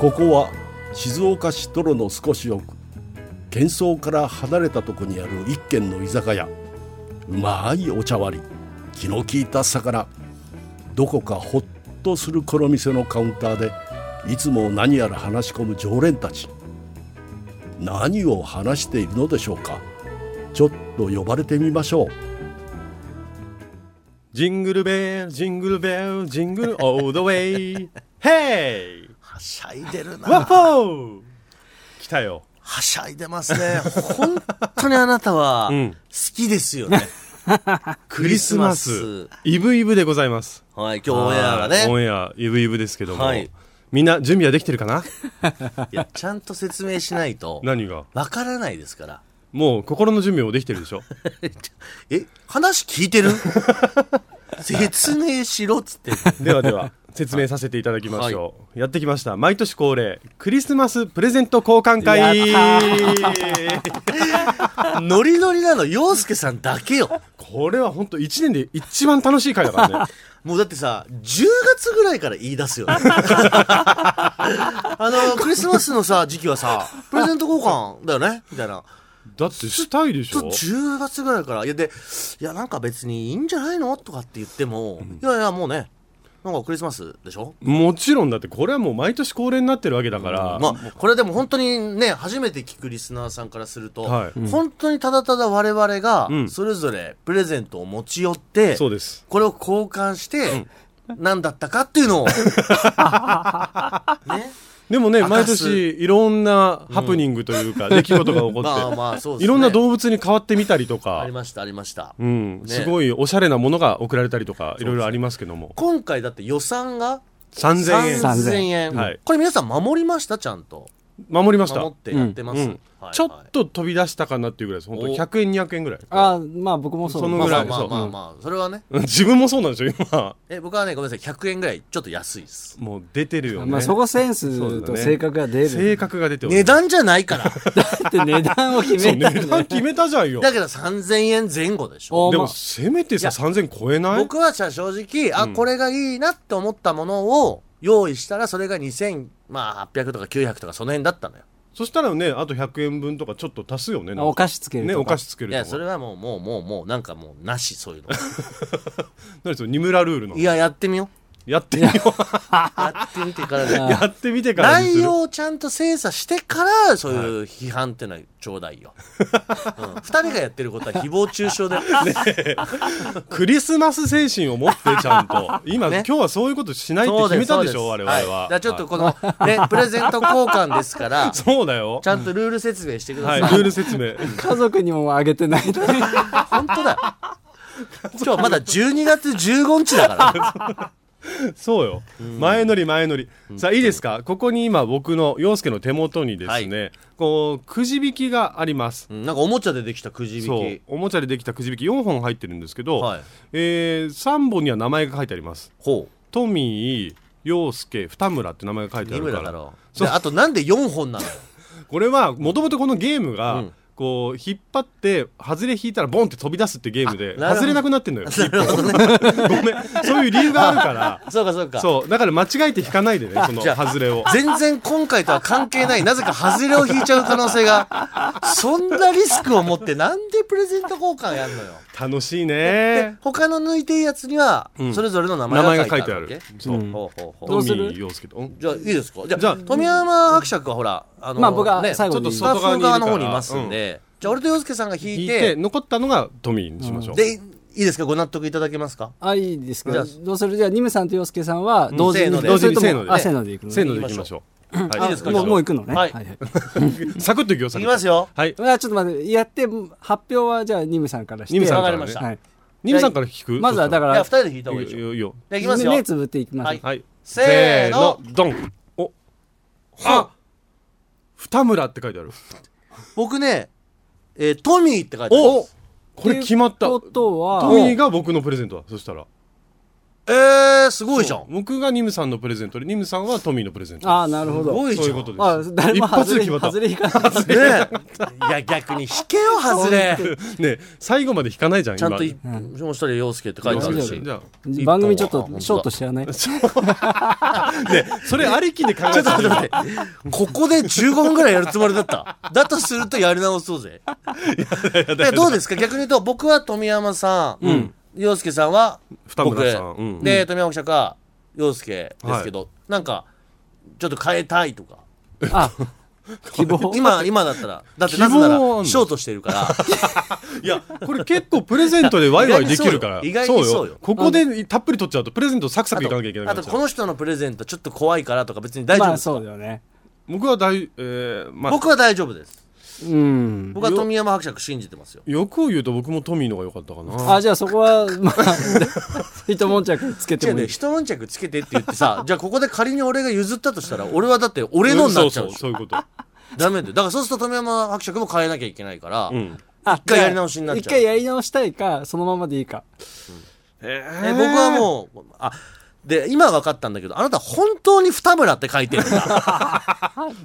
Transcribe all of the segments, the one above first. ここは静岡市泥の少し奥喧騒から離れたとこにある一軒の居酒屋うまいお茶割り気の利いた魚どこかほっとするこの店のカウンターでいつも何やら話し込む常連たち何を話しているのでしょうかちょっと呼ばれてみましょうジングルベル、ジングルベル、ジングルオールドウェイ。ヘイはしゃいでるワッなフォー来たよ。はしゃいでますね 本当にあなたはうん好きですよね、クリスマ クスリスマ。イブイブでござい ます。はい今日オンエアがはいオねンエア、イブイブですけども。はいみんな準備はできてるかないやちゃんと説明しない と何がわからないですから もう心の準備もできてるでしょえ話聞いてる 説明しろっつってんのではでは、説明させていただきましょう。やってきました。毎年恒例、クリスマスプレゼント交換会。ノリノリなの陽介さんだけよこれは本当一年で一番楽しい会だからね。 もうだってさ10月ぐらいから言い出すよね あのクリスマスのさ時期はさプレゼント交換だよねみたいなだってしたいでしちょっとょ10月ぐらいから、いや、で、いや、なんか別にいいんじゃないのとかって言っても、いやいや、もうね、なんかクリスマスでしょもちろんだってこれはもう毎年恒例になってるわけだから、まあ、これでも本当にね、初めて聞くリスナーさんからすると、はいうん本当にただただ我々がう、んそれぞれプレゼントを持ち寄って、そうですこれを交換して、何だったかってい うのを、ね、でもね明か毎す年いろんなハプニングと いうか、出来事が起こって、まあまあ、そうですね。いろんな動物に変わってみたりとあかり、ました、ありました。うんねすごいおしゃれなものが送られたりとかいろいろありますけども今回だって予算が3000円さん3000円。はいこれ皆さん守りましたちゃんと。守りました守ってやってます、うんはいちょっと飛び出と飛び出したかなっていうぐらいです本当お100円200円ぐらいあーまあ僕もそうそのまあぐらいまあまあまあ、そうまあそれはね自分もそうなんですよ今え僕はねごめんなさい100円ぐらいちょっと安いですもう出てるよね、まあそこセンスと性格が出る、性格が出てる値段じゃないからだって値段を決そうめた値んだよ段決めたじゃんよだけど3000円前後でしょおでまもあせめてさい3000超えない僕はじゃあ正直あこれがいいなって思ったものを用意したらそれが2800、まあ、800とか900とかその辺だったのよそしたらねあと100円分とかちょっと足すよねなんかお菓子つけるねとおか、菓子つけるいとかやそれはもうもうもうもうなんかもうなしそういうの何それ二村ルールのいややってみよやってみようやってみてからね うやってみてからにす内る容をちゃんと精査してからそういう批判ってのはちょうだいよ、うん、2人がやってることは誹謗中傷でクリスマス精神を持 ってちゃんと今、ね今日はそういうことしないってそう決でめすたそうですしょ我々はいは、だからちょっとこの、ね、 プレゼント交換ですから、ちそうだよゃんとルール説明してくだはさいい。ルール説明 家族にもあげてないのに 本当だよ。今日まだ12月15日だから。そうよ前乗り前乗りさあいいですかここに今僕の陽介の手元にですね、こうくじ引きがありますうんなんかおもちゃでできたくじそ引うき。おもちゃでできたくじ引き4本入ってるんですけど、はいえ3本には名前が書いてありますほう。トミー陽介二村って名前が書いてある二か村だらろう。であとなんで4本なのよこれはもともとこのゲームが、うんこう引っ張って外れ引いたらボンって飛び出すってゲームであなるほど外れなくな ってんのよなるほどね。ごめんそういう理由があるか そうかそうらか。そうだから間違えて引かないでねそのじゃあ外れを全然今回とは関係ない。なぜか外れを引いちゃう可能性が。そんなリスクを持ってなんでプレゼント交換やんのよ。楽しいで ね他の抜いていいやつには、うんそれぞれの名名前前が書が書いいててああるるわけ。そう、ほうほうほうどトうミするー陽介とんじゃあいいですかじゃあじゃあ富山伯爵はほら、あのまあ僕は最後ちょっとにスタッフ側の外側にい方にるからいますんで、じゃあ俺と洋介さんが引引いいてて残ったのがトミーにしましょう、でいいですかご納得いただけますかあいいですけじゃどあどうするじゃあニムさんと洋介さんは同時に、せーのでどうするとも同時にせーのであせーのでいくのねせーのでいきましょう、いいですかもうもう行くのね、はいはいはいサクッといくよサいクッときますよはいまあちょっと待ってやって発表はじゃあニムさんからしてニムさんわか、からりねまし、たはい、ニムさんから引くまずはだかかいや二ら人で引いた方がいいいでいしょよいいよじゃあいきますよ目つぶっていきましょう、はいはいせーのドンおあ二村って書いてある僕ね、えートミーって書いてありおますこれ決まったといトうことはミーが僕のプレゼントだそしたらえー、すごいじゃ ん。僕がニムさんのプレゼントでニムさんはトミーのプレゼントああ、なるほど。ごいそういじうゃん。こねとあで誰も外れ、一発で決まった外れ引かない。え。いや、逆に引けよ、外れ。すね最後まで引かないじゃんちゃんとい、今もう一人、陽介って書いてあるしじ。ゃ番組ちょっ一本はとショートしてやらない。あねそれありきで考えちょてっと 待って待って。ここで15分ぐらいやるつもりだった。だとするとやり直そうぜ。でどうですか逆に言うと、僕は富山さん、洋介さんは二僕、村さんうんで、富山記者か洋介ですけど、なんか、ちょっと変えたいとか。あ、希望。今、今だったら。だって希望なぜなはら、あんのショートしてるから。いやこれ結構プレゼントでワイワイできるから意外にそうよ意外にそうよここでたっぷり取っちゃうとプレゼントサクサクいかなきゃいけなあいと、あとこの人のプレゼントちょっと怖いからとか別に大丈夫まであす。そうだよね。僕は大えーまあ僕は大丈夫です。うん。僕は富山伯爵信じてますよ。欲を言うと僕もトミーの方が良かったかなあ、じゃあそこは、 まあ、一悶着つけ違てうもいね、い。一悶着つけてって言ってさ、 じゃあここで仮に俺が譲ったとしたら、俺はだって俺のになっちゃそうそううでしそょういうことダメだよ。だからそうすると富山伯爵も変えなきゃいけないから、うんあ一回やり直しになっちゃう一回やり直したいか、そのままでいいか。ええ僕はもう、あ、で、今分かったんだけど、あなた本当に二村って書いてる んだ。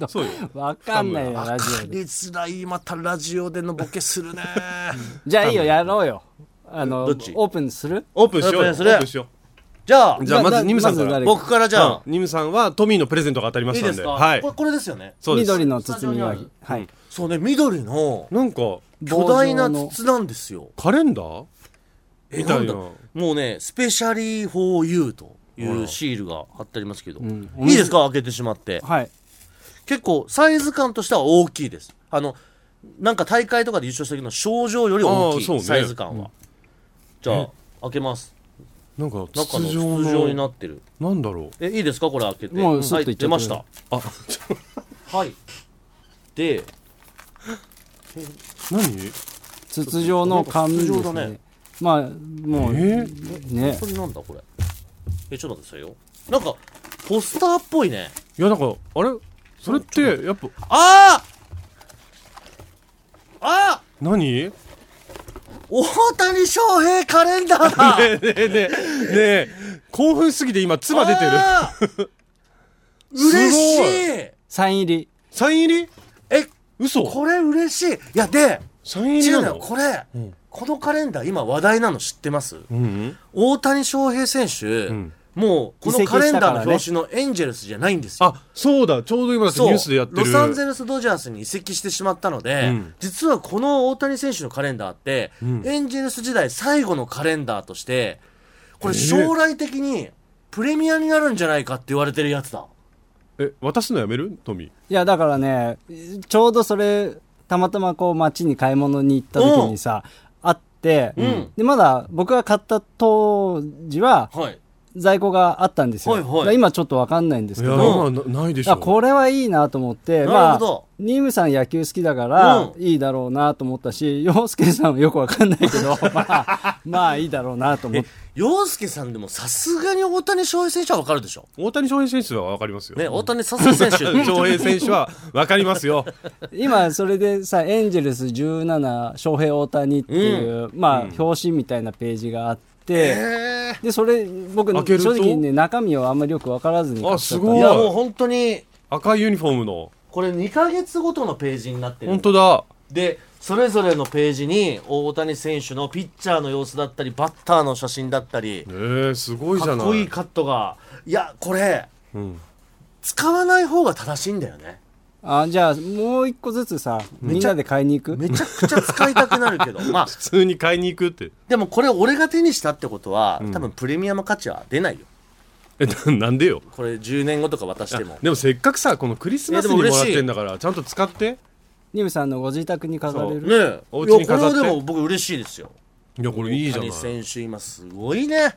うそうよわかんないよ、ラ分かジオで。りづらい、またラジオでのボケするね。 じゃあいいよ、やろうよ。あの、オどっちープンするオープンしようオーよプオンするープンしよじゃあう、じゃあまずニムさんかまずら誰僕からじゃあ、ニムさんはトミーのプレゼントが当たりまいしいたでんすでか、はいこれこれですよね。そうです緑の包みはぎ。はい。そうね、緑のなんか巨大な棒状の筒なんですよ。カレンダーえみたいんだなもうね、スペシャリー・フォー・ユーというシールが貼ってありますけど、んいいですか開けてしまって。はい。結構、サイズ感としては大きいです。あの、なんか大会とかで優勝した時の賞状よりあ大きーそうい、ねサイズ感は。じゃあ、開けます。なんか中筒の筒状状にのなってる。なんだろうえ、いいですかこれ開けて。もうスはッい、といっち出ゃってくだまさいした。あはい。で、何筒状の紙でなんかす筒状だねね。まあ、もう、えねこ。れなんだこれ。え、ちょっと待ってくださいよ。なんか、ポスターっぽいね。いやなんかあれそれってやっぱああああ何 大谷翔平カレンダーだねえねえねえ興奮しすぎて今唾出てるあー嬉しいサイン入り。サイン入りえ嘘これ嬉しいいやでサイン入違りうなののよこれ、んこのカレンダー今話題なの知ってますうんうん大谷翔平選手、んもうこの移籍したかカらレねンダーの表紙のエンジェルスじゃないんですよあそうだちょうど今だってニそうュースでやってるロサンゼルス・ドジャースに移籍してしまったので、うん実はこの大谷選手のカレンダーって、んエンジェルス時代最後のカレンダーとしてこれえー将来的にプレミアになるんじゃないかって言われてるやつだえ渡すのやめるトミーいや、だからね、ちょうどそれ、たまたまこう街に買い物に行った時にさ、あって、んで、まだ僕が買った当時ははい在庫があったんですよ。はいはいだから今ちょっとわかんないんですいけやど、まあなないでしあょこれはいいなと思って、なるまほどあ、ニムさん野球好きだからう、いいだろうなと思ったし、洋介さんはよくわかんない けど、まあ、まあいいだろうなと思って。洋介さんでもさすがに大谷翔平選手は分かるでしょ大谷翔平選手は分かりますよね大谷さすが選 手翔平選手は分かります よ今それでさエンジェルス17翔平大谷っていう、まあ表紙みたいなページがあって、えでそれ僕開けると正直ね中身をあんまりよく分からずに買っちあすゃったごー、いいやもう本当に赤いユニフォームのこれ2ヶ月ごとのページになってる本当だでそれぞれのページに大谷選手のピッチャーの様子だったりバッターの写真だったりえー、すごいじかゃっないこいいカットがいやこれうん、使わない方が正しいんだよねあじゃあもう一個ずつさみんなで買いに行くめちゃくちゃ使いたくなる けどまあ普通に買いに行くってでもこれ俺が手にしたってことは、多分プレミアム価値は出ないよえななんでよこれ10年後とか渡し てもでもせっかくさこのクリスマスえにでももら嬉しいってんだからちゃんと使ってニムさんのご自宅に飾れねるえおいや家こにれ飾っはてでも僕嬉しいですよいやこれいいじゃない大谷選手今すごいね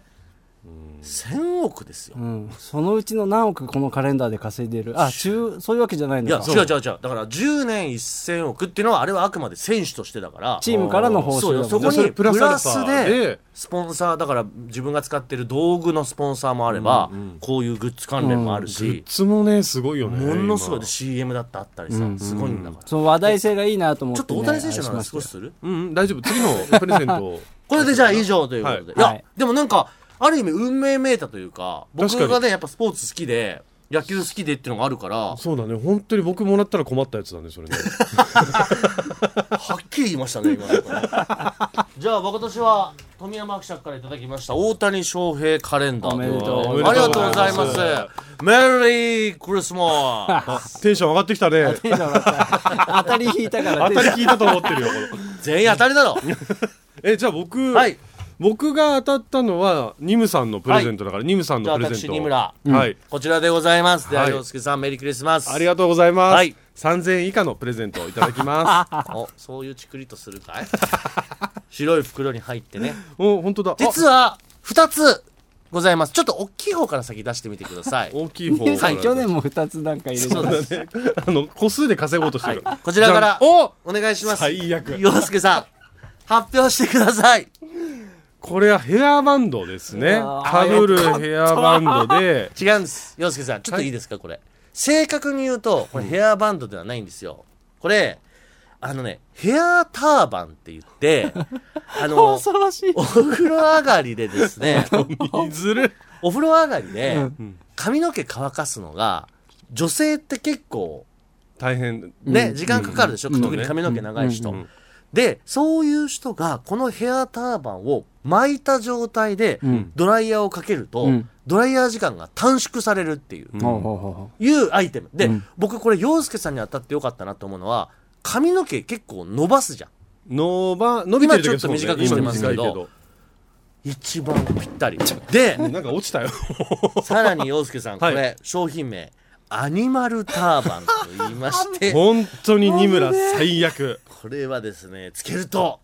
1000億ですようん、そのうちの何億このカレンダーで稼いでるあ中そういうわけじゃないいのやか違う違う違うだから10年1000億っていうのはあれはあくまで選手としてだからチームからの報そう酬よだそもんじゃあそこにれププラスラスアルファででスポンサーだから自分が使ってる道具のスポンサーもあれば、こういうグッズ関連もあるグッし、ズもねすごいよねものすごいで今 CM だってあったりさ、すごいんだから、その話題性がいいなと思っちてょっね、と大谷選手のあれま話した少よしする うん、うん、大丈夫次のプレゼントをこれでじゃあ以上ということで、はいいやでもなんかある意味運命めいたというか、僕確かがにね、やっぱスポーツ好きで、野球好きでっていうのがあるから、はそうだね本当に僕もらったら困ったやつだねそれねっきり言いましたね、今ね。これ じゃあ、私は、富山伯爵からいただきました、大谷翔平カレンダー。おめでとうありがとうございおめまですとうござ。メリークリスマステンション上がってきたねテンション上がった当たり引いたから当たり聞いたと思ってるよこれ 全員当たりだろえじゃあ僕、はい。僕が当たったのはニムさんのプレゼントだから、ニムさんじゃのあ、プレゼン私、ト二村。はい、こちらでございます。では、はい洋介さん、メリークリスマス。ありがとうございます、はい3000円以下のプレゼントをいただきます おそういうチクリとするかい 白い袋に入ってねお本当だあ実は2つございますちょっと大きい方から先出してみてください大きい方 さかんら去年も2つなんか入れそうたです あの個数で稼ごうとしてる、こちらからじゃあお願いしおます最悪洋介さん発表してくださいこれはヘアバンドですねあかぶるヘアバンドで違うんです洋介さんちょっといいですか、これ正確に言うとこれヘアバンドではないんですよこれあのねヘアターバンって言って あの恐ろしいお風呂上がりでです ねいずれお風呂上がりで、髪の毛乾かすのが、女性って結構、大変ね、時間かかるでしょ、うん特に髪の毛長い人、うんうんで、そういう人が、このヘアターバンを巻いた状態で、ドライヤーをかけると、うんドライヤー時間が短縮されるっていう、ほうほうほうほいうアイテム。で、うん僕これ、洋介さんに当たってよかったなと思うのは、髪の毛結構伸ばすじゃん。伸ば伸びてる時は今ちょっと短くしてますけど今短い一番ぴったり。で、なんか落ちたよさらに洋介さん、こはいれ、商品名、アニマルターバンと言いまして、本当に二村最悪これはですね、つけると、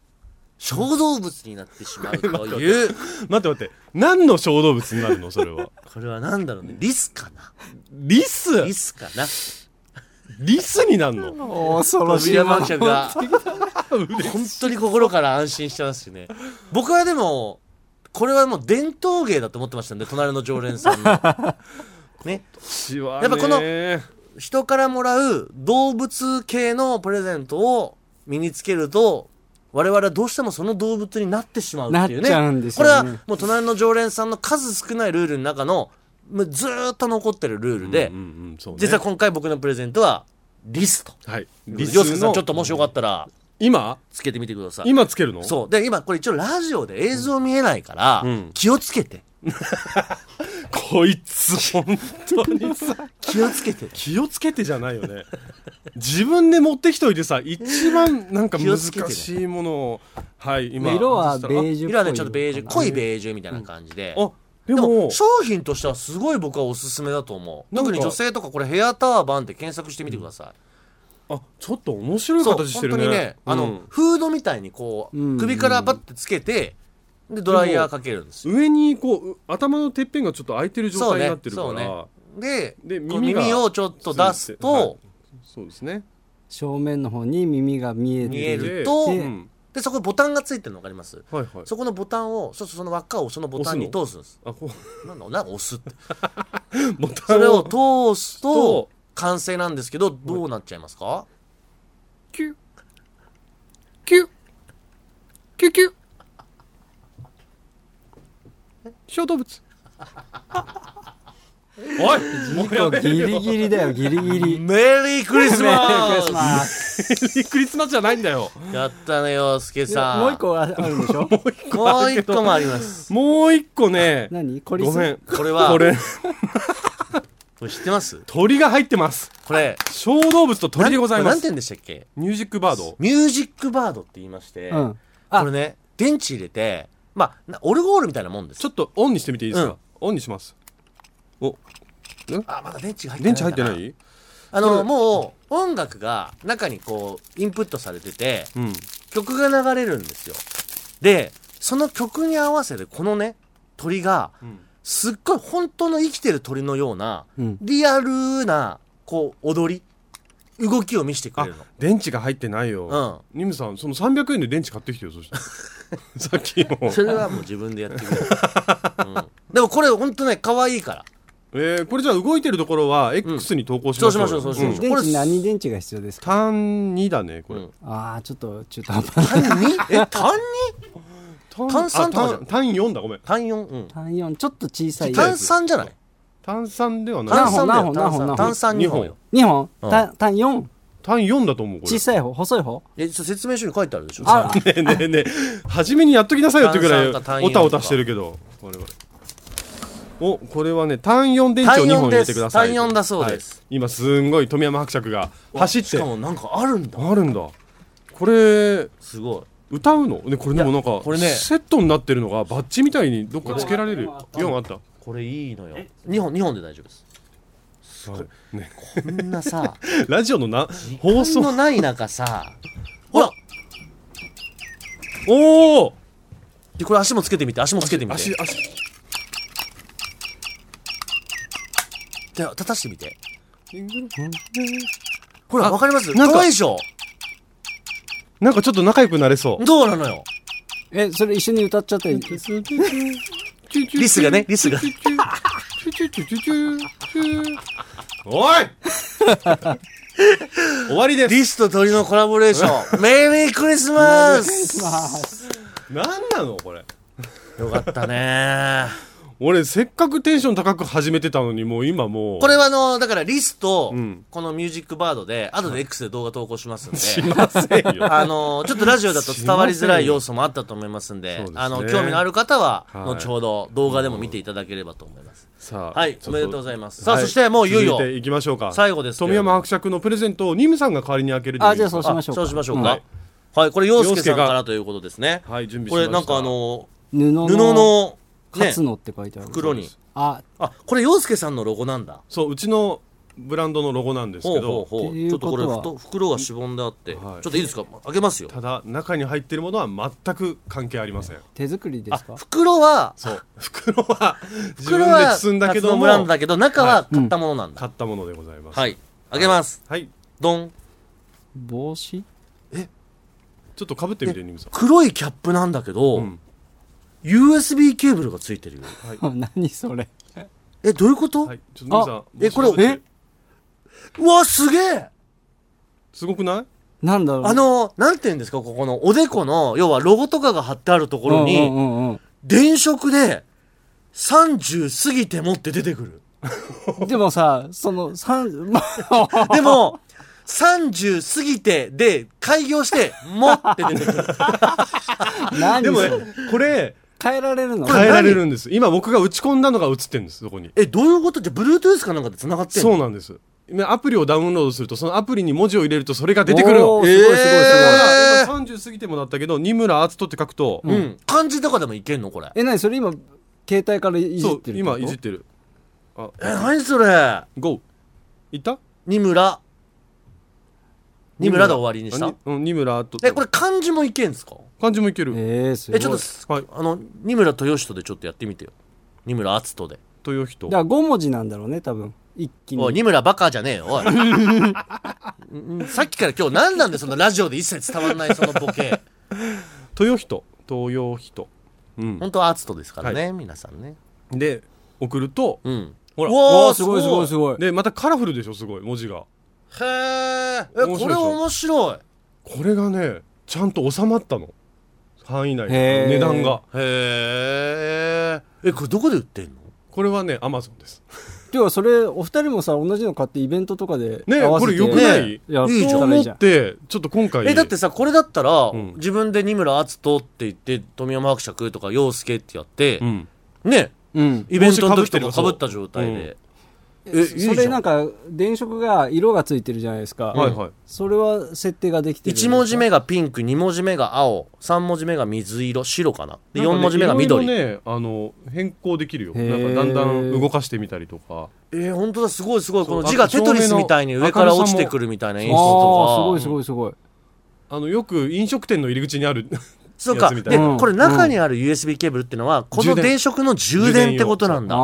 小動物になってしまうという、待って待って何の小動物になるのそれはこれはなんだろうね、リスかなリスリスかなリスになるのう恐ろしい扉マンションが、本当に心から安心してますしね。僕はでも、これはもう伝統芸だと思ってましたんで、隣の常連さんの。ね、ややっぱこの人からもらう動物系のプレゼントを身につけると、我々はどうしてもその動物になってしまうっていうね。なっちゃうんですこよれねはもう隣の常連さんの数少ないルールの中の、もうずーっと残ってるルールで、うんうんそうね実は今回僕のプレゼントは、リスと。はいリリススさんのちょっともしよかったら、今つけてみてください。今つけるのそう。で、今これ一応ラジオで映像見えないから、うん気をつけて。こいつ本当にさ気をつ けて。気をつけてじゃないよね自分で持ってきといてさ一番なんか気を難つけてねしいものをはい今色はベージジュっぽい色はね、ちょっとベージュ、濃いーベージュみたいな感じで。あででもも商品としてはすごい僕はおすすめだと思うなんか特に女性とかこれヘアターバンって検索してみてくださあちょっと面い、白いそう形し本てる当ねにね、あうのんフードみたいにこうんう首からバッてつけてでドライヤーかけるんですよ上にこうう頭のてっぺんがちょっと開いてる状そう態にねなってるかそうらねででこう耳耳がをちょっと出すと、はいそうですね正面の方に耳が見えて見えるるでとうんでそこにボタンがついてるの分かりますはいはいそこのボタンをそうそうその輪っかをそのボタンに通すんですあこなんだなんか押すってう ボタそンれをを通すとと完成なんですけどどうなっちゃいますか、キュッキュッキュッキュッ小動物 おいもうやめギるリよギリだよギリギリメリークリスマススクリスマスじゃないんだよやったね、洋介 さん。もう一個あるんでしょもう一個もあります。もう一個ね何コリスごめんこれは、これこれ知ってます鳥が入ってますこれ、小動物と鳥でございまなんこれなんてす言うんでしたっけミュージックバードミュージックバードって言いまして、うんあこれね、電池入れて、まあ、なオルゴールみたいなもんですちょっとオンにしてみていいですか、オンにしますおあ、まだ電池が入って電ない。池入ってないあの、もう、音楽が中にこう、インプットされてて、うん曲が流れるんですよ。で、その曲に合わせて、このね、鳥が、すっごい本当の生きてる鳥のような、うんリアルな、こう、踊り、動きを見せてくあれるの。電池が入ってないよ、ニムさんその300円で電池買ってきてよそ したらさっきのそれはもう自分でやってくれる、うんでもこれ本当ね可愛いからえー、これじゃあ動いてるところは X に投稿しそまうししょうよ、ましょうそうしんましょう、電これ池何電池が必要ですか単2だねこれ、うんああちょっと中途半端な単にえ単に炭酸とかじゃんあ単単4だごめん単4うん単4ちょっと小さい単3じゃない炭酸ではない単3だよ何本何本何本単3二2本本よ2本うん単単4単4だと思うこ小さい方細い方えそう説明書に書いてあるでしょあれねえねえねえ初めにやっときなさいよってぐらい単三か単四おたおたしてるけど我々おこれはね単4電池を2本入れてください単四です単四だそうですはい今すんごい富山伯爵が走っしてかもなんかあるんだあるんだこれすごい歌うのねこれでもなんかこれねセットになってるのがバッジみたいにどっかつけられる4あったこれいいのよ2本2本で大丈夫ですすごいねこんなさラジオのな放放送送のない中さ ほらおおでこれ足もつけてみて足もつけてみて足足じゃあ立たしてみてほらわかりますなんか可愛いでしょなんかちょっと仲良くなれそうどうなのよえそれ一緒に歌っちゃっ ていいリスが ねリスがおい終わりですリスと鳥のコラボレーション メリークリスマスなんなのこれよかったね俺せっかくテンション高く始めてたのにもう今もう これはあのだからリスとうんこのミュージックバードで後で X で動画投稿しますんでしませんよあのちょっとラジオだと伝わりづらい要素もあったと思いますんで、そうですねあの興味のある方は、はい後ほど動画でも見ていただければと思います。さあはい、ちおょっめでとうございます。さあ、そしてもういよいよ続、ていきましょうか最後ですけれ富ども山伯爵のプレゼントをニムさんが代わりに開けるというあじゃあそうしましょうかそうしましょううんか。ははいい、これ、洋介洋さ介んがからということですね。はい準備しこましれ、たなんかあの、布の布の、カねツ、ノって書いてある袋に。ああ、これ、洋介さんのロゴなんだ。そううちのブランドのロゴなんですほけうほどうほう。っていちょうっこととこはれ、ふと袋がしぼんであって、はいちょっといいですか開けますよ。ただ中に入ってるものは全く関係ありません手作りであすか、袋は、そう 袋は自袋分では、包んだけカツどノもブランドだけど、中は買ったものなんだ。買ったものでございますはい。開けます。はいドン。帽子ちょっとかぶってみてニムさん黒いキャップなんだけうど、ん USB ケーブルがついてるよ 何それえどういうこと、はいちょっとニムさんあもしえこれもしえうわすげえすごくないなんだろうあのなんていうんですかここのおでこの要はロゴとかが貼ってあるところに、うんうんうん電飾で30過ぎてもって出てくるうんでもさその三ま あでも30過ぎてで開業してもって出てくる何でもそれねこれ変えられるの変えられるんです今僕が打ち込んだのが映ってるんですそこにえどういうことじゃあ Bluetooth かなんかで繋がってんのそうなんです今アプリをダウンロードするとそのアプリに文字を入れるとそれが出てくるのおーすごいすごいすごいえー今30過ぎてもだったけど二村篤人って書くと、うん、漢字とかでもいけんのこれええ何それ今携帯からいじそっうてるって今こといじってるあ何それゴーいった二村二村で終わりにしたあにうん二村篤人えこれ漢字もいけんすか漢字もいけるえー、すごえいちょっと、はいあの二村豊人でちょっとやってみてよ二村篤人で豊人だから5文字なんだろうね多分一気におい二村バカじゃねえよおい んさっきから今日何なんでそのラジオで一切伝わんないそのボケ豊人豊人うん本当は篤人ですからね、皆さんねで送るとうんほらうわわあすごいすごいすいごいでまたカラフルでしょすごい文字がへええ面白いでしょこれ面白これがねちゃんと収まったの範囲内へー値段がいへええこれどこで売ってんのこれはねアマゾンですではそれお二人もさ同じの買ってイベントとかでね合わせこれてよくねない、やっいいじとゃんたらい思いっじゃんてちょっと今回えだってさこれだったら、ん自分で二村篤人って言って富山伯爵とか陽介ってやってう、んねうんイベントの時とか帽子被ってる被った状態で、えいいじゃそんれなんか電飾が色がついてるじゃないですかはいはいそれは設定ができてるんです1か文字目がピンク2文字目が青3文字目が水色白かなで4文字目が緑、なんかねいろいろねあの変更できるよへなんーかだんだん動かしてみたりとかえー、本当だすごいすごいそうこの字がテトリスみたいに上から落ちてくるみたいな演出とかああすごいすごいすごいあのよく飲食店の入り口にある そうかやつみたでいなこれ中にある USB ケーブルってのはこの充電電飾の充電ってことなんだあ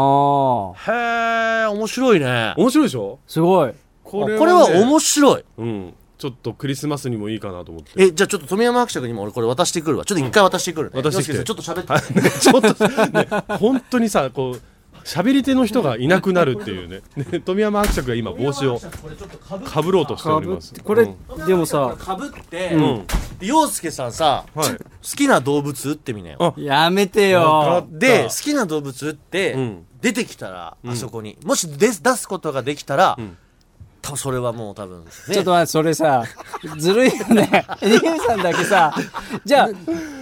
あへえ面白いね面白いでしょすごいここれは面白いうんちょっとクリスマスにもいいかなと思って えじゃあちょっと富山伯爵にも俺これ渡してくるわちょっと一回渡してくるね、うん渡してきて洋介さんちょっと喋ってねちょっと、ね、本当にさこう喋り手の人がいなくなるっていうね ね富山伯爵が今帽子をかぶろうとしておかりぶっますてこれうんでもさかぶって、うんで洋介さんさ、はい好きな動物打ってみなよあやめてよ。で好きな動物打って、ん出てきたらあそこに、もし出す出すことができたら、多分それはもう多分、ね、ちょっと待って、それさ、ずるいよ ね。リエさんだけさ、じゃあ、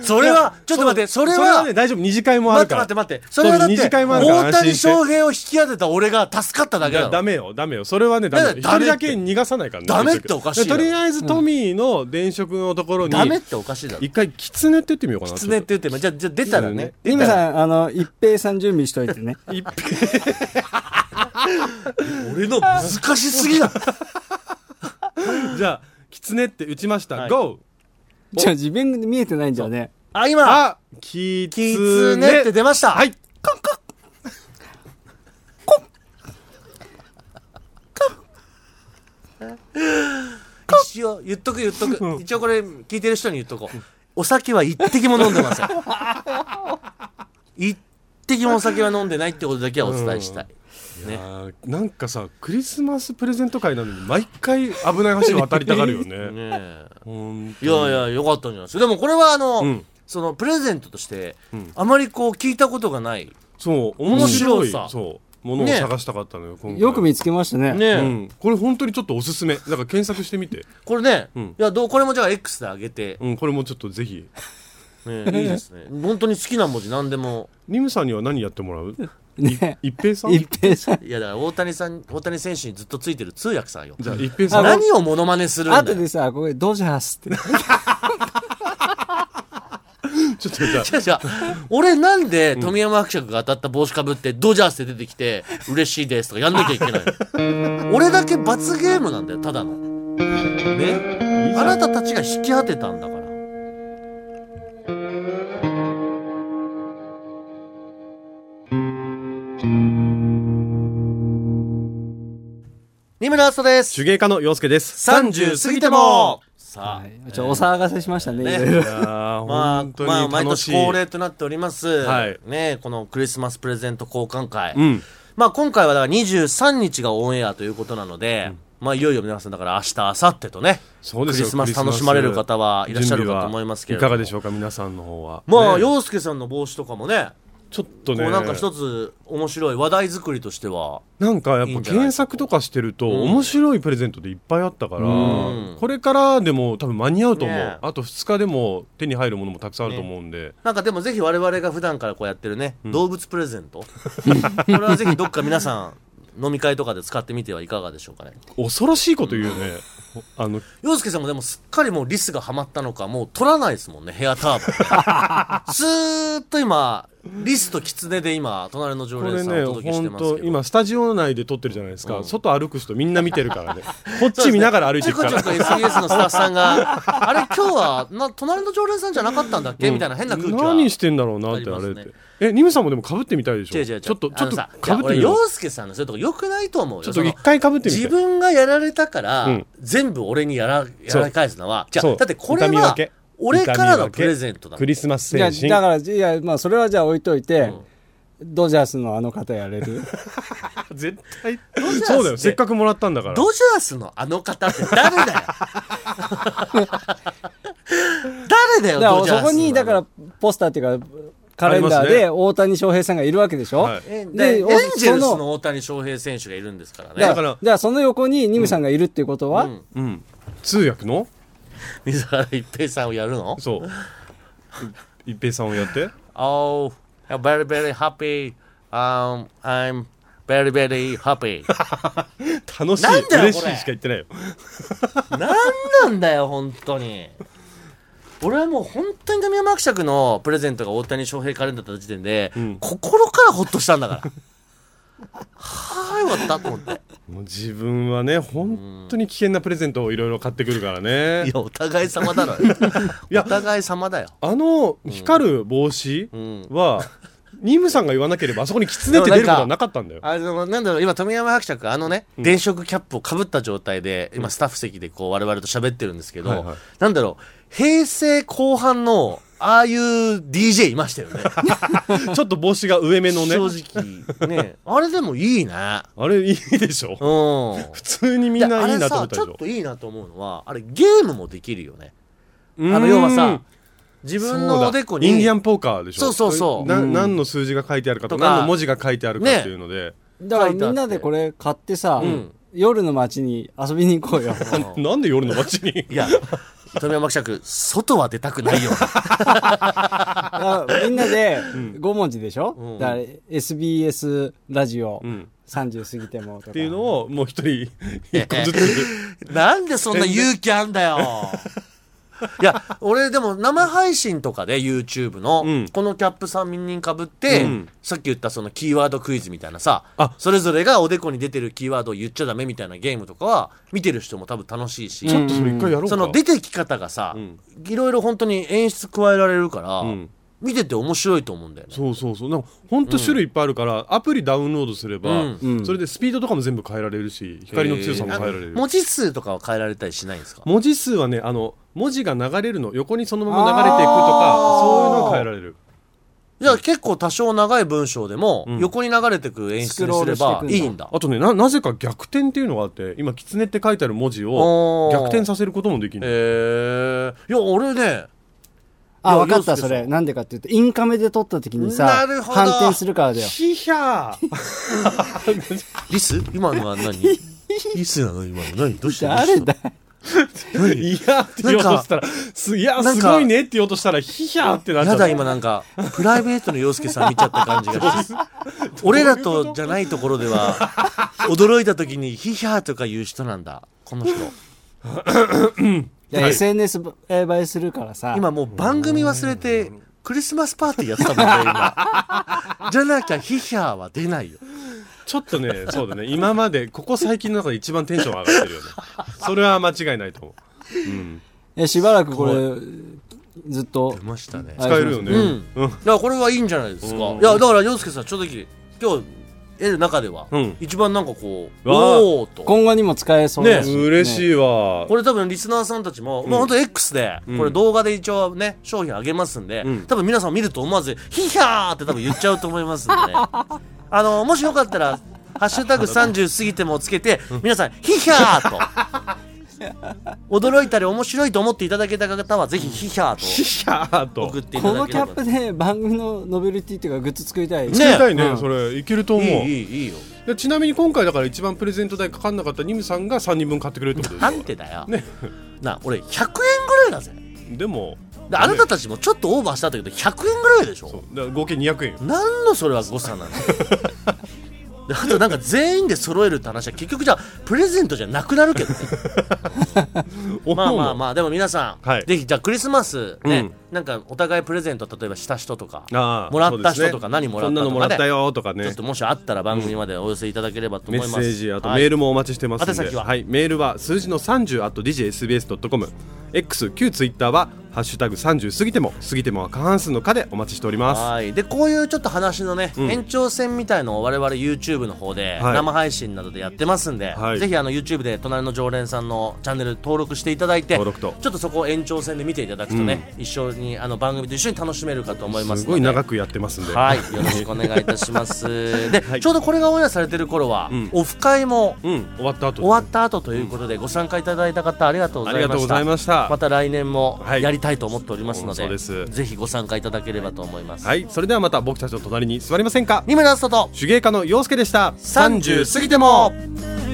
それはちょっと待ってそれはね大丈夫二次会もあ待っるからて待って待ってそれはだって二次会もあるから大安谷心して翔平を引き当てた俺が助かっただけいだやろダメよダメよそれはねダメよ一だ人からダメっだてけ逃がさないからねダメっておかしいだとろりあえずトミーの電飾のところにダメっておかしいだろ一回キツネって言ってみようかな狐って言ってもじゃあじゃあ出たらねリムさん、あの、一平さん準備しといてね。一平俺の難しすぎだじゃあキツネって打ちました、はい GO! じゃあ自分で見えてないんじゃね。あ今あキキツツネネって出ましたはい一応言っとく言っとく一応これ聞いてる人に言っとこうお酒は一滴も飲んでません 一滴もお酒は飲んでないってことだけはお伝えしたい、ねあーなんかさクリスマスプレゼント会なのに毎回危ない橋渡りたがるよ ねねえうんいやいやよかったんじゃないですかでもこれはあの、んそのプレゼントとして、あまりこう聞いたことがないそう面白い面白さそうものをね探したかったのよ、今回よく見つけましたね。ねえ、うん、これ本当にちょっとおすすめだから検索してみて、これね、んいやどうこれもじゃあ X で上げて、うん、これもちょっとぜひねえいいですね本当に好きな文字何でもリムさんには何やってもら うね一平さん一平さん。いやだから大谷さん大谷選手にずっとついてる通訳さんよじゃあ一平さん何をモノマネするんだ後よでさ、これドジャースって。ちょっとじゃあ違う違う俺なんで富山伯爵が当たった帽子かぶってドジャースで出てきて嬉しいですとかやんなきゃいけない の俺だけ罰ゲームなんだよただのねあなたたちが引き当てたんだから三村敦です手芸家の陽介です30過ぎてもさあ、ちょっとお騒がせしましたね、ねいろいろいやーまあ本、当まあ、に毎楽し年い、恒例となっております。はいね、このクリスマスプレゼント交換会。うんまあ、今回はだから23日がオンエアということなので、まあ、いよいよ皆さんだから明日、明後日とね、そうクですリよスマス楽しまれる方はいらっしゃるかと思いますけれど準備はいかがも。でしょうか皆さんの方はまあ、ね洋介さんの帽子とかもね、ちょっとこねうなんか一つ面白い話題作りとしては、なんかやっいいぱんじゃない検索とかしてると面白いプレゼントでいっぱいあったからうんこれからでも多分間に合うと思ねうあと2日でも手に入るものもたくさんあると思うんでなんかでもぜひ我々が普段からこうやってるね、動物プレゼン ト。これはぜひどっか皆さん、飲み会とかで使ってみてはいかがでしょうかね。恐ろしいこと言うよねあの洋介さんもでもすっかりもうリスがハマったのかもう取らないですもんねヘアタ ーバンずーっと今リスとキツネで今隣の常こ連れさんねお届けして本ます当けど今スタジオ内で撮ってるじゃないですか外歩く人みんな見てるから ねこっち見ながら歩いてちょるかこちょこら SBS のスタッフさんがあれ今日はな隣の常連さんじゃなかったんだっけ、みたいな変な空 気は何してんだろうなってあれってえニムさんもでもかぶってみたいでし違ょう違う違うちょっとちょっとあのさかぶってみいやよ俺う洋介さんのそういうとこよくないと思うよちょっとその一回かぶってみて自分がやられたから、うん全部俺にやらやら返すのはじゃそうだってこれ痛み分はけ俺から痛みの分けプレゼントだもんクリスマスいや、精神だから、いや、まあ、それはじゃあ置いといて、ドジャースのあの方やれる絶対ジャースそうだってよせっかくもらったんだからドジャースのあの方って誰 だよ誰だよだかドらジャースのそこに、だから、ポスターっていうか、カレンダーありますで大谷翔平さんがいるわけでしょ、はいえででエンおジェルスその大谷翔平選手がいるんですからだねかからら、じゃあその横にニムさんがいるっていうことは、んうん通訳の水原一平さんをやるのそう一平さんをやって Oh I'm very very happy um, I'm very very happy 楽しいなんだよ嬉しいこれしか言ってないよなんなんだよ本当に俺はもう本当に神山伯爵のプレゼントが大谷翔平カレンダーだった時点で、心からホッとしたんだからはーい終わったと思ってもう自分はね本当に危険なプレゼントをいろいろ買ってくるからねいや、お互い様だろ。 いや、お互い様だよ。あの光る帽子ん は、ニムさんが言わなければあそこに狐って出ることはなかったんだよあの、なんだろう、今、富山伯爵があのね、電飾キャップをかぶった状態で、今、スタッフ席でこう、我々と喋ってるんですけど、はいはいなんだろう、平成後半の、ああいう DJ いましたよ ね。 ちょっと帽子が上目のね正直。ね、あれでもいいね。あれいいでしょうん。普通にみんないいなと思ったであれさでちしょっょといいなと思うのは、あれゲームもできるよね。ああの、要はさ、自分のおでこにインディアンポーカーでしょそうそうそうなうん何の数字が書いてあるかととかか何の文字が書いてあるかっていうので、だからみんなでこれ買ってさ、ん夜の街に遊びに行こうよ。うんなんで夜の街にいや富山伯爵外は出た くないよだからみんなで5文字でしょ、うんだから SBS ラジオうん30過ぎてもとか。っていうのをもう一人一個ずつなんでそんな勇気あんだよいや俺でも生配信とかで YouTube の、うんこのキャップ3人かぶって、うんさっき言ったそのキーワードクイズみたいなさあそれぞれがおでこに出てるキーワードを言っちゃダメみたいなゲームとかは見てる人も多分楽しいし、ちょっとそれ一回やろうかその出てき方がさ、うんいろいろ本当に演出加えられるから、ん見てて面白いと思うんだよね。そうそうそうなんかほんと種類いっぱいあるから、アプリダウンロードすれば、うんうんそれでスピードとかも全部変えられるし光の強さも変えられる文字数とかは変えられたりしないんですか文字数はねあの文字が流れるの横にそのまま流れていくとかあーそういうのが変えられるじゃあ結構多少長い文章でもうん横に流れてく演出にすれスクローばルしていいくんだいんだ。あとねななぜか逆転っていうのがあって今「キツネ」って書いてある文字おをー逆転させることもできるのへえ。いや、俺ね、あ、わかった、いやそれ。なんでかっていうと、インカメで撮った時にさなる、ほど反転するか らだよ。ヒヒャーリス今のは何リスなの今の何どうして誰 だいやーって言おうとしたらすいやーなんすかごいねって言おうとしたらヒヒャーってなっちゃやっだた今なんかプライベートの洋介さん見ちゃった感じが して俺らとじゃないところでは驚いた時にヒヒャーとか言う人なんだこの人いや SNS 映えするからさ。今もう番組忘れてクリスマスパーティーやってたもんね今 じゃなきゃヒヒャーは出ないよちょっとねそうだね今までここ最近の中で一番テンション上がってるよねそれは間違いないと思う、うん、えしばらくこれ、ずっと出。ましたねは使えるよね、うんうんいやこれはいいんじゃないですかいやだから洋介さん正直今日得る中ではうん一番なんかこうわあおおと今後にも使えそうだし。嬉しね。いわ、これ多分リスナーさんたちも、まあ本当 X で、んこれ動画で一応ね、商品あげますんで、ん多分皆さん見ると思わず、ヒヒャーって多分言っちゃうと思い ますんでね。あの、もしよかったら、ハッシュタグ30過ぎてもつけて、皆さん、ヒヒャーと。驚いたり面白いと思っていただけた方は、ぜひヒヒャヒーヒャーとと送っていこただのけキれャば。ップで番組のノベルティっていうかグッズ作りたい。ね作りたいね、うんそれいけると思ういい、いい、いいよ。でちなみに今回だから一番プレゼント代かかんなかったニムさんが3人分買ってくれるってことなでんてだよ。ねな、俺、100円ぐらいだぜ。でもであなたたちもちょっとオーバーしたんだけど、100円ぐらいでしょそうだから合計200円よ何のそれは誤差なの であとなんか全員で揃えるって話は結局じゃあプレゼントじゃなくなるけどね まあまあまあでも皆さん、はいぜひじゃあクリスマスね、うんなんかお互いプレゼント例えばした人とかああもらったそうです人ねとか何もらこっんたなのともらかっで、たよとかちょねっともしあったら番組までお寄せいただければと思メいッます、セージあとはいメールもお待ちしてますんで、宛先ははい、メールは数字の30 at djsbs.com X 旧ツイッターは「ハッシュタグ #30 過ぎても過ぎてもは過半数の課」でお待ちしておりますはいでこういうちょっと話のね、ん延長戦みたいのを我々 YouTube の方ではい生配信などでやってますんで、はいぜひあの YouTube で隣の常連さんのチャンネル登録していただいて登録とちょっとそこを延長戦で見ていただくとね、一緒にあの番組と一緒に楽しめるかと思いますすのでごい長くやってますんで、はい、よろしくお願いいたしますで、ちょうどこれがオンエアされてる頃は、んオフ会もうん、終わった後終わった後ということで、ご参加いただいた方ありがとうござあいましたりがとうございましたまた来年もはいやりたいと思っておりますので,、そうですぜひご参加いただければと思います、はいそれではまた僕たちの隣に座りませんか二村ストと手芸家の陽介でした30過ぎても「